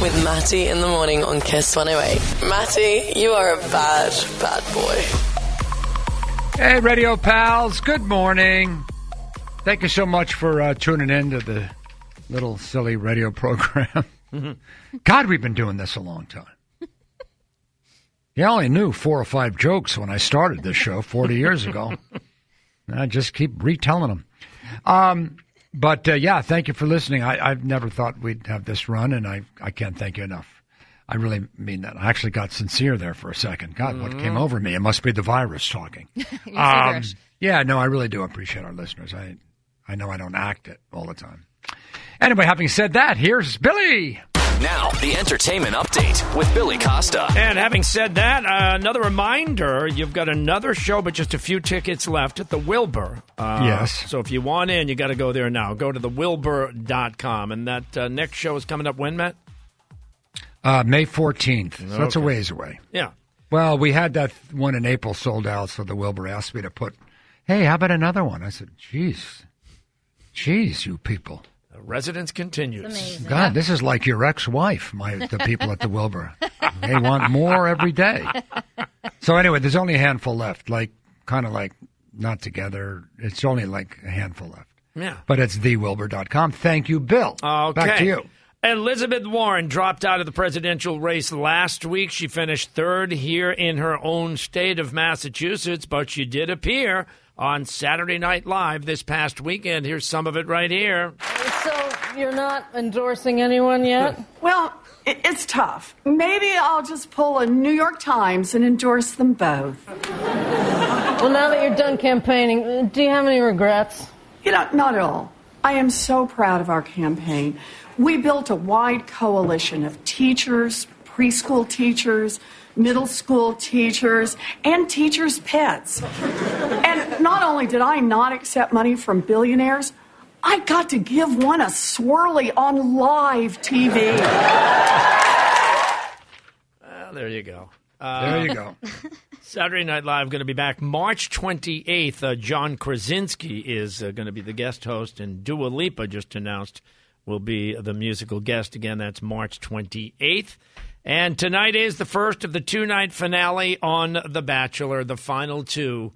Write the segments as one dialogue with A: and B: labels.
A: with Matty in the morning on Kiss 108. Matty, you are a bad, bad boy.
B: Hey, radio pals, good morning. Thank you so much for uh, tuning in to the little silly radio program. God, we've been doing this a long time. You only knew four or five jokes when I started this show 40 years ago. And I just keep retelling them. Um, but uh, yeah, thank you for listening. I, I've never thought we'd have this run, and I, I can't thank you enough. I really mean that. I actually got sincere there for a second. God, what came over me? It must be the virus talking. Um, yeah, no, I really do appreciate our listeners. I, I know I don't act it all the time. Anyway, having said that, here's Billy.
C: Now, the entertainment update with Billy Costa.
D: And having said that, uh, another reminder you've got another show, but just a few tickets left at the Wilbur. Uh,
B: Yes.
D: So if you want in, you got to go there now. Go to thewilbur.com. And that uh, next show is coming up when, Matt?
B: Uh, May 14th. So that's a
D: Okay.
B: ways away.
D: Yeah.
B: Well, we had that one in April sold out, so the Wilbur asked me to put, hey, how about another one? I said, jeez, jeez, you people.
D: The residence continues.
B: God, this is like your ex-wife. My the people at the Wilbur, they want more every day. So anyway, there's only a handful left. Like kind of like not together. It's only like a handful left.
D: Yeah.
B: But it's thewilbur.com. Thank you, Bill.
D: Okay.
B: Back to you.
D: Elizabeth Warren dropped out of the presidential race last week. She finished third here in her own state of Massachusetts, but she did appear on Saturday Night Live this past weekend. Here's some of it right here.
E: So you're not endorsing anyone yet?
F: Well, i- it's tough. Maybe I'll just pull a New York Times and endorse them both.
E: well, now that you're done campaigning, do you have any regrets?
F: You know, not at all. I am so proud of our campaign. We built a wide coalition of teachers, preschool teachers, middle school teachers, and teachers' pets. And not only did I not accept money from billionaires, I got to give one a swirly on live TV.
D: Ah, there you go. Uh,
B: There you go.
D: Saturday Night Live going to be back March 28th. Uh, John Krasinski is uh, going to be the guest host, and Dua Lipa just announced will be the musical guest again. That's March 28th. And tonight is the first of the two night finale on The Bachelor. The final two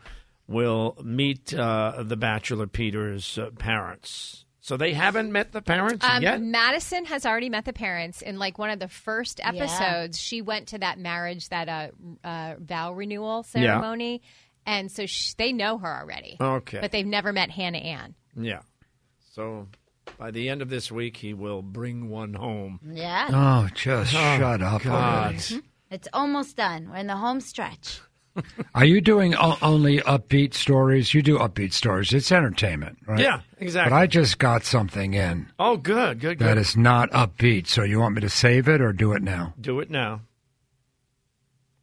D: will meet uh, The Bachelor Peter's uh, parents. So they haven't met the parents
G: Um,
D: yet?
G: Madison has already met the parents in like one of the first episodes. She went to that marriage, that uh, uh, vow renewal ceremony, and so sh they know her already.
D: Okay.
G: but they've never met Hannah Ann.
D: yeah. So by the end of this week, he will bring one home. Uh,
H: Yeah,
B: Oh, just shut up. already.
H: it's almost done. We're in the home stretch.
B: Are you doing o- only upbeat stories? You do upbeat stories. It's entertainment, right?
D: Yeah, exactly.
B: But I just got something in
D: Oh, good, good, good.
B: that is not upbeat. So you want me to save it or do it now?
D: Do it now.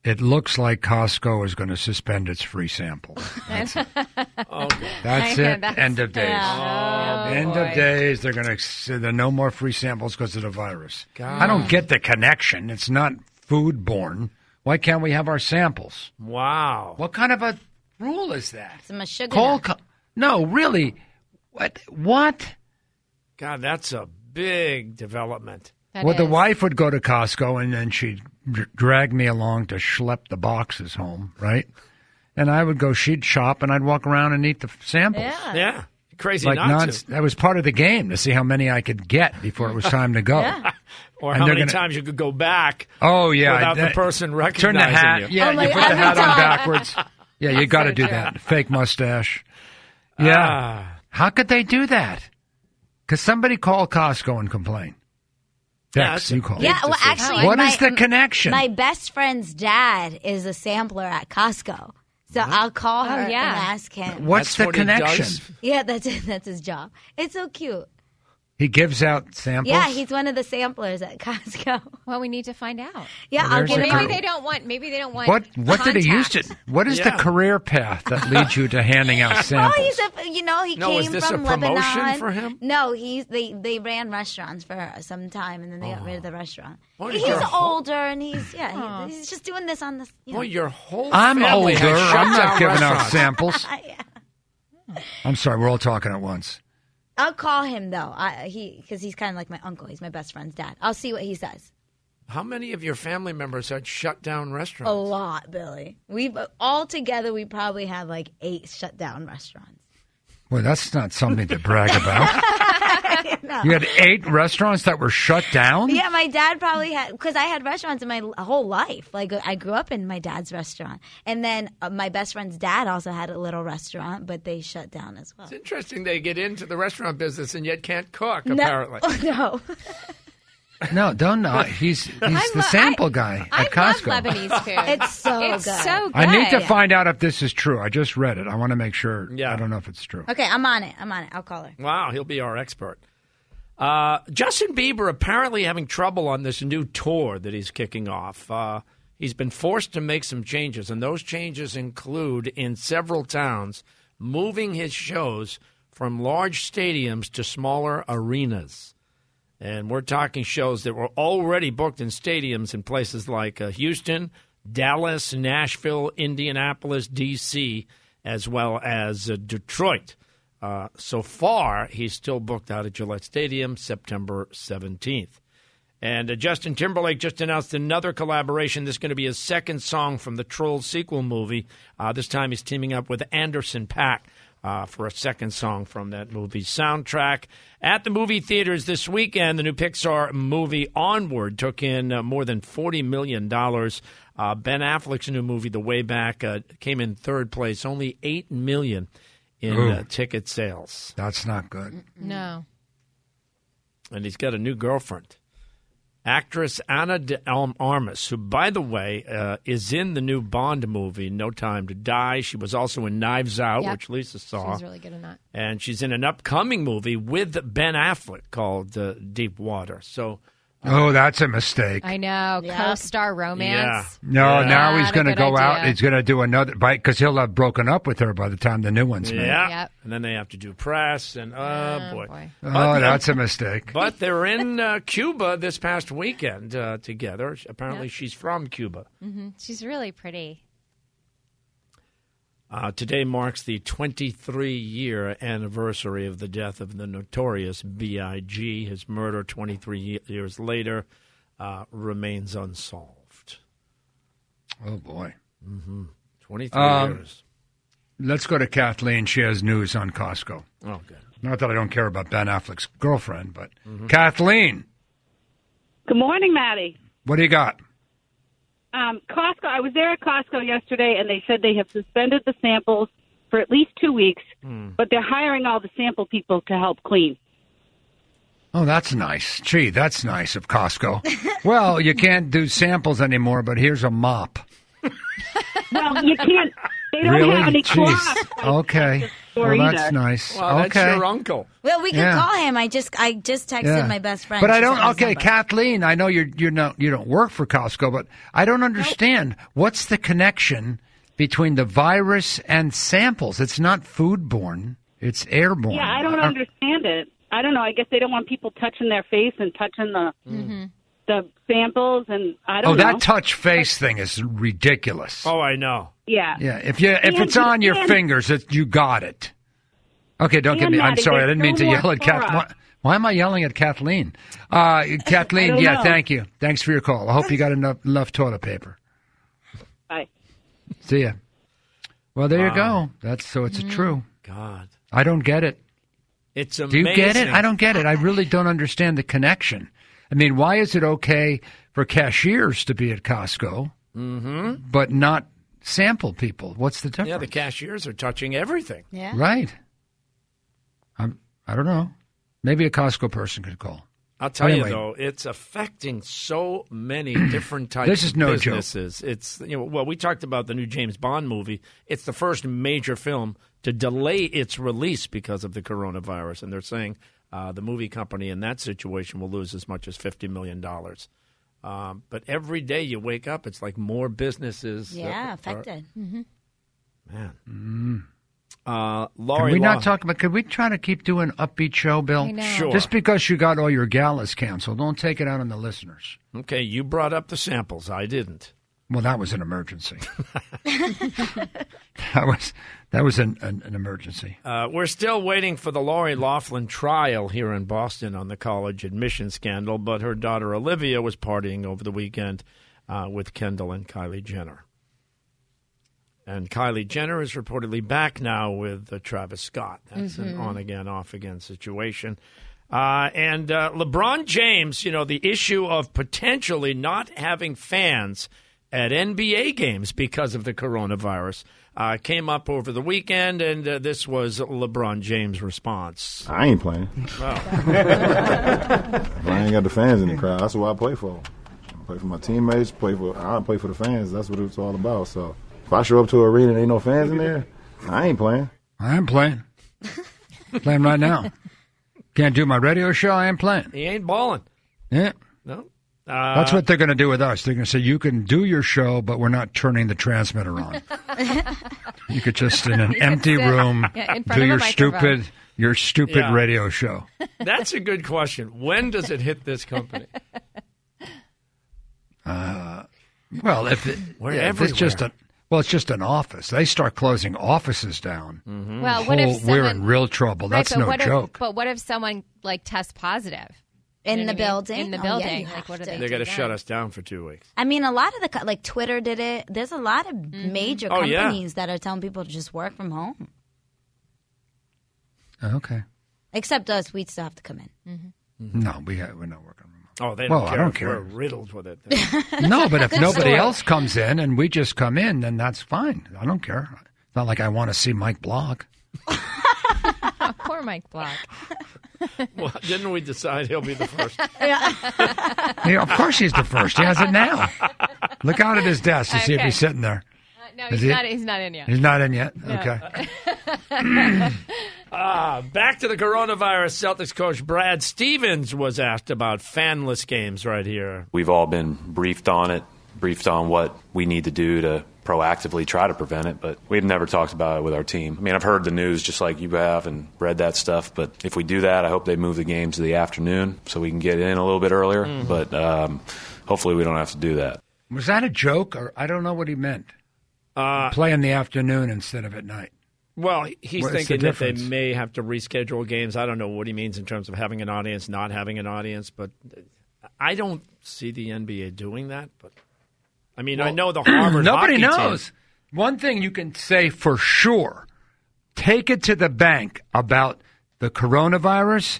B: It looks like Costco is going to suspend its free sample. That's it. That's
G: I know,
B: it.
G: that's-
B: End of days.
H: Oh,
B: Oh,
G: Yeah.
B: End of days. They're going to. There are no more free samples because of the virus. I don't get the connection. It's not foodborne. Why can't we have our samples?
D: Wow.
B: What kind of a rule is that?
H: Some sugar.
B: Call.
H: nut.
B: Co- no, really. What? What?
D: God, that's a big development.
G: That
B: well, the
G: is-
B: wife would go to Costco and then she'd dr- drag me along to schlep the boxes home, right? And I would go, she'd shop, and I'd walk around and eat the f- samples.
H: Yeah.
D: Yeah. Crazy
B: Like
D: not,
B: non-
D: to.
B: that was part of the game to see how many I could get before it was time to go.
D: Or
B: and
D: how
B: they're
D: many
B: gonna-
D: times you could go back.
B: Oh yeah,
D: Without the
B: that-
D: person
B: Turn the
D: recognizing
B: hat.
D: you.
B: Yeah,
H: Oh, my-
B: you put the
H: every
B: hat on
H: time.
B: backwards. Yeah, you got to do that. Fake mustache. Yeah.
D: Ah,
B: how could they do that? Because somebody call Costco and complain. Dex,
D: that's a
B: you call.
H: Yeah, well, actually,
B: What
H: my,
B: is the connection?
H: My best friend's dad is a sampler at Costco, so I'll call her
G: yeah.
H: and ask him.
B: What's
D: That's
B: the
D: what he
B: connection?
D: does?
H: Yeah, that's that's his job. It's so cute.
B: He gives out samples.
H: Yeah, he's one of the samplers at Costco.
G: Well, we need to find out.
H: Yeah, I'll
B: there's
H: give
B: a
H: him.
G: Maybe
B: Girl.
G: they don't want. Maybe they don't want.
B: What what did he use
G: contact.
B: to? What is
D: Yeah.
B: the career path that leads you to handing out
H: Oh,
B: samples?
H: he's a you know he
D: No,
H: came
D: is this
H: from
D: a promotion
H: Lebanon.
D: for him?
H: No, he's they they ran restaurants for some time and then they got rid of
D: Oh.
H: the restaurant.
D: What is
H: he's
D: your whole-
H: older and he's yeah he, he's just doing this on the. You know.
D: Well, your whole
B: I'm
D: family
B: older.
D: has shut
B: I'm not
D: down
B: giving out
D: restaurants.
B: samples. I'm sorry, we're all talking at once.
H: I'll call him though. I, he because he's kind of like my uncle. He's my best friend's dad. I'll see what he says.
D: How many of your family members had shut down
H: A
D: restaurants?
H: lot, Billy. We all together, we probably had like eight shut down restaurants.
B: Well, that's not something to brag about. You had eight restaurants that were shut down?
H: Yeah, my dad probably had because I had restaurants in my l- whole life. Like I grew up in my dad's restaurant, and then uh, my best friend's dad also had a little restaurant, but they shut down as well.
D: It's interesting they get into the restaurant business and yet can't cook,
H: No-
D: apparently.
H: no.
B: No, don't know. He's he's the
G: lo-
B: sample
G: I-
B: guy
G: I
B: at Costco.
G: love Lebanese food.
H: It's so
G: it's
H: good.
G: so good.
B: I need to find out if this is true. I just read it. I want to make sure.
D: Yeah.
B: I don't know if it's true.
H: Okay, I'm on it. I'm on it. I'll call her.
D: Wow, he'll be our expert. Uh, Justin Bieber apparently having trouble on this new tour that he's kicking off. Uh, he's been forced to make some changes, and those changes include in several towns moving his shows from large stadiums to smaller arenas. And we're talking shows that were already booked in stadiums in places like uh, Houston, Dallas, Nashville, Indianapolis, D.C., as well as uh, Detroit. Uh, so far, he's still booked out at Gillette Stadium September 17th. And uh, Justin Timberlake just announced another collaboration. This is going to be his second song from the Trolls sequel movie. Uh, this time he's teaming up with Anderson Pack uh, for a second song from that movie's soundtrack. At the movie theaters this weekend, the new Pixar movie Onward took in uh, more than $40 million. Uh, ben Affleck's new movie, The Way Back, uh, came in third place, only $8 million in uh, ticket sales.
B: That's not good.
G: No.
D: And he's got a new girlfriend. actress Anna de Alm- Armas, who, by the way, uh, is in the new Bond movie, No Time to Die. She was also in Knives Out,
G: Yep.
D: which Lisa saw.
G: She's really good in that.
D: and she's in an upcoming movie with Ben Affleck called uh, Deep Water. So,
B: Oh, that's a mistake.
G: I know. Co-star romance.
B: No, now he's
G: Not a
B: going to go
G: good
B: out.
G: idea.
B: He's going to do another bite because he'll have broken up with her by the time the new one's made.
D: Yeah.
G: Yep.
D: And then they have to do press, and oh, boy.
G: boy.
B: Oh, that's a mistake.
D: But they're in uh, Cuba this past weekend uh, together. Apparently, she's from Cuba.
G: She's really pretty.
D: Uh, today marks the 23 year anniversary of the death of the notorious B.I.G. His murder 23 ye- years later uh, remains unsolved.
B: Oh boy.
D: 23
B: Um,
D: years.
B: Let's go to Kathleen. She has news on Costco.
D: Oh, good.
B: Not that I don't care about Ben Affleck's girlfriend, but
D: Mm-hmm.
B: Kathleen,
I: Good morning, Maddie.
B: what do you got?
I: Um, Costco. I was there at Costco yesterday, and they said they have suspended the samples for at least two weeks, but they're hiring all the sample people to help clean.
B: Oh, that's nice. Gee, that's nice of Costco. well, you can't do samples anymore, but here's a mop.
I: Well, you can't. They don't
B: really?
I: have any
B: Jeez. Oh.
I: cloth.
B: Okay.
I: store
B: Well, that's
I: either.
B: nice.
D: Well,
B: okay.
D: Oh, that's your uncle.
H: Well, we could
B: Yeah.
H: call him. I just I just texted my best friend.
B: But I
H: She
B: don't.
H: sent me his
B: Okay,
H: number.
B: Kathleen, I know you're you're not you don't work for Costco, but I don't understand what's the connection between the virus and samples. It's not foodborne; it's airborne.
I: Yeah, I don't
B: Uh,
I: understand it. I don't know. I guess they don't want people touching their face and touching the
H: Mm-hmm.
I: the samples, and I
B: Oh,
I: don't know.
B: that touch face thing is ridiculous.
D: Oh, I know.
I: yeah.
B: Yeah, if you if
I: And-
B: it's on your
I: and-
B: fingers, it, you got it. Okay, don't get
I: And
B: me. I'm
I: Maddie,
B: sorry, I
I: there's
B: didn't mean to
I: no
B: yell
I: more
B: at Kathleen.
I: Clorox.
B: Why, why am I yelling at Kathleen? Uh, Kathleen, yeah,
I: know.
B: thank you. Thanks for your call. I hope you got enough enough toilet paper.
I: Bye.
B: See ya. Well, there you go. That's so it's true.
D: God.
B: I don't get it.
D: It's
B: Do you
D: amazing.
B: get it? I don't get it. I really don't understand the connection. I mean, why is it okay for cashiers to be at Costco, mm-hmm. but not sample people? What's the difference?
D: Yeah, the cashiers are touching everything.
H: Yeah.
B: Right. I'm, I don't know. Maybe a Costco person could call.
D: I'll tell
B: Anyway.
D: you though, it's affecting so many different types
B: This is
D: of
B: no joke.
D: businesses. It's you know, well, we talked about the new James Bond movie. It's the first major film to delay its release because of the coronavirus, and they're saying uh, the movie company in that situation will lose as much as fifty million dollars. Um, but every day you wake up, it's like more businesses.
H: Yeah,
D: that are-
H: affected.
D: man. Uh,
B: Can
D: Lori,
B: we
D: Lough-
B: not talk about? Could we try to keep doing upbeat show, Bill?
G: I know.
D: Sure.
B: Just because you got all your galas canceled, don't take it out on the listeners.
D: Okay, you brought up the samples. I didn't.
B: Well, that was an emergency. that was that was an, an, an emergency.
D: Uh, we're still waiting for the Lori Laughlin trial here in Boston on the college admission scandal, but her daughter Olivia was partying over the weekend uh, with Kendall and Kylie Jenner. And Kylie Jenner is reportedly back now with uh, Travis Scott. That's an on again, off again situation. Uh, and uh, LeBron James, you know, the issue of potentially not having fans at NBA games because of the coronavirus uh, came up over the weekend, and uh, this was LeBron James' response.
J: I ain't playing. if I ain't got the fans in the crowd, that's what I play for. I play for my teammates. Play for I play for the fans. That's what it's all about. So if I show up to an arena and ain't no fans in there, I ain't playing.
B: I am playing. playing right now. Can't do my radio show. I am playing.
D: He ain't balling.
B: Yeah.
D: No.
B: That's what they're going to do with us. They're going to say, you can do your show, but we're not turning the transmitter on. you could just, in an empty
G: sit,
B: room,
G: yeah, in front
B: do
G: of a
B: your
G: microphone.
B: stupid, your stupid
D: Yeah.
B: radio show.
D: That's a good question. When does it hit this company?
B: Well, if, it,
D: We're
B: yeah, if it's just a,
D: everywhere.
B: well, it's just an office. They start closing offices down.
G: Well, what if
B: Oh,
G: someone,
B: we're in real trouble.
G: Right,
B: That's
G: but
B: no
G: what if-
B: joke.
G: but what if someone like tests positive? know
H: in the
G: what I mean?
H: building.
G: In the
H: Oh, yeah,
G: building.
H: you
G: Like,
H: have
G: what are
H: to.
G: they
D: They're going to shut us down for two weeks.
H: I mean, a lot of the co- like Twitter did it. There's a lot of
G: Mm-hmm.
H: major
D: Oh, yeah.
H: companies that are telling people to just work from home.
B: okay.
H: Except us, we'd still have to come in.
B: No, we ha- we're not working.
D: Oh, they don't
B: Well, I
D: care.
B: don't
D: if
B: care.
D: We're riddled with it.
B: No, but if nobody
H: story.
B: else comes in and we just come in, then that's fine. I don't care. It's not like I want to see Mike Block.
G: Oh, Poor Mike Block.
D: well, didn't we decide he'll be the first?
B: Yeah, of course he's the first. He has it now. Look out at his desk to see if
G: Okay.
B: he's sitting there.
G: Uh, no,
B: Is
G: he's
B: he-
G: not. He's not in yet.
B: He's not in yet. Okay.
D: Back to the coronavirus. Celtics coach Brad Stevens was asked about fanless games right here.
K: We've all been briefed on it, briefed on what we need to do to proactively try to prevent it, but we've never talked about it with our team. I mean, I've heard the news just like you have and read that stuff, but if we do that, I hope they move the games to the afternoon so we can get in a little bit earlier, but um, hopefully we don't have to do that.
B: Was that a joke or I don't know what he meant? Uh, Play in the afternoon instead of at night.
D: Well, he's
B: What's the
D: thinking that they
B: difference?
D: may have to reschedule games. I don't know what he means in terms of having an audience, not having an audience, but I don't see the NBA doing that. But I mean, I know the Harvard.
B: Nobody
D: hockey team-
B: knows. One thing you can say for sure take it to the bank about the coronavirus.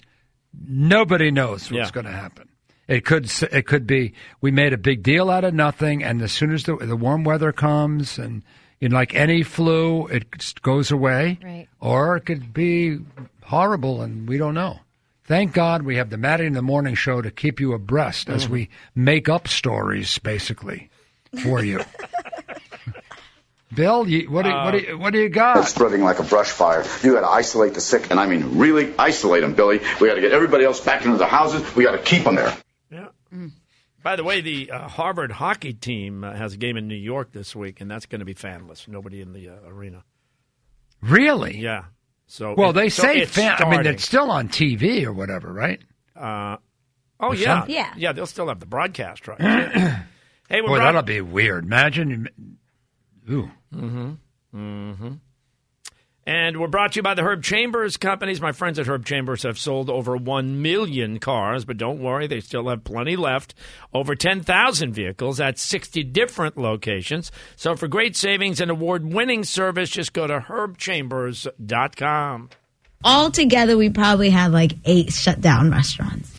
B: Nobody knows what's
D: Yeah.
B: going to happen. It could s- it could be we made a big deal out of nothing, and as soon as the, the warm weather comes, and you know, like any flu, it s- goes away.
G: Right.
B: Or it could be horrible, and we don't know. Thank God we have the Maddie in the Morning Show to keep you abreast as we make up stories, basically, for you. Bill, you, what, do, you- what, do, you- what do you got?
K: Spreading like a brush fire. You gotta isolate the sick, and I mean really isolate them, Billy. We gotta get everybody else back into their houses, we gotta keep them there.
D: Yeah. By the way, the uh, Harvard hockey team uh, has a game in New York this week, and that's going to be fanless. Nobody in the uh, arena.
B: Really?
D: Yeah. So
B: Well,
D: it-
B: they
D: so
B: say
D: it's
B: fan. I mean,
D: starting.
B: it's still on TV or whatever, right?
D: oh yeah,
B: some-
H: Yeah.
D: yeah. They'll still have the broadcast right. Yeah. hey, we're
B: Boy,
D: brought-
B: that'll be weird. Imagine. you- Ooh.
D: And we're brought to you by the Herb Chambers companies. My friends at Herb Chambers have sold over 1 million cars, but don't worry, they still have plenty left. Over 10,000 vehicles at 60 different locations. So for great savings and award winning service, just go to herbchambers.com.
H: Altogether, we probably have like eight shut down restaurants.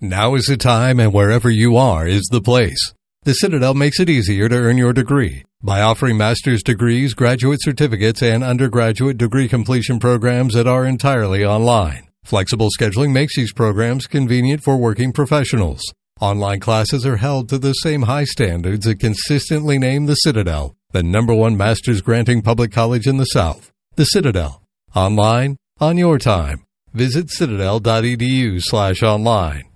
L: Now is the time, and wherever you are is the place. The Citadel makes it easier to earn your degree by offering master's degrees, graduate certificates, and undergraduate degree completion programs that are entirely online. Flexible scheduling makes these programs convenient for working professionals. Online classes are held to the same high standards that consistently name the Citadel the number one master's granting public college in the South. The Citadel. Online, on your time. Visit citadel.edu E slash online.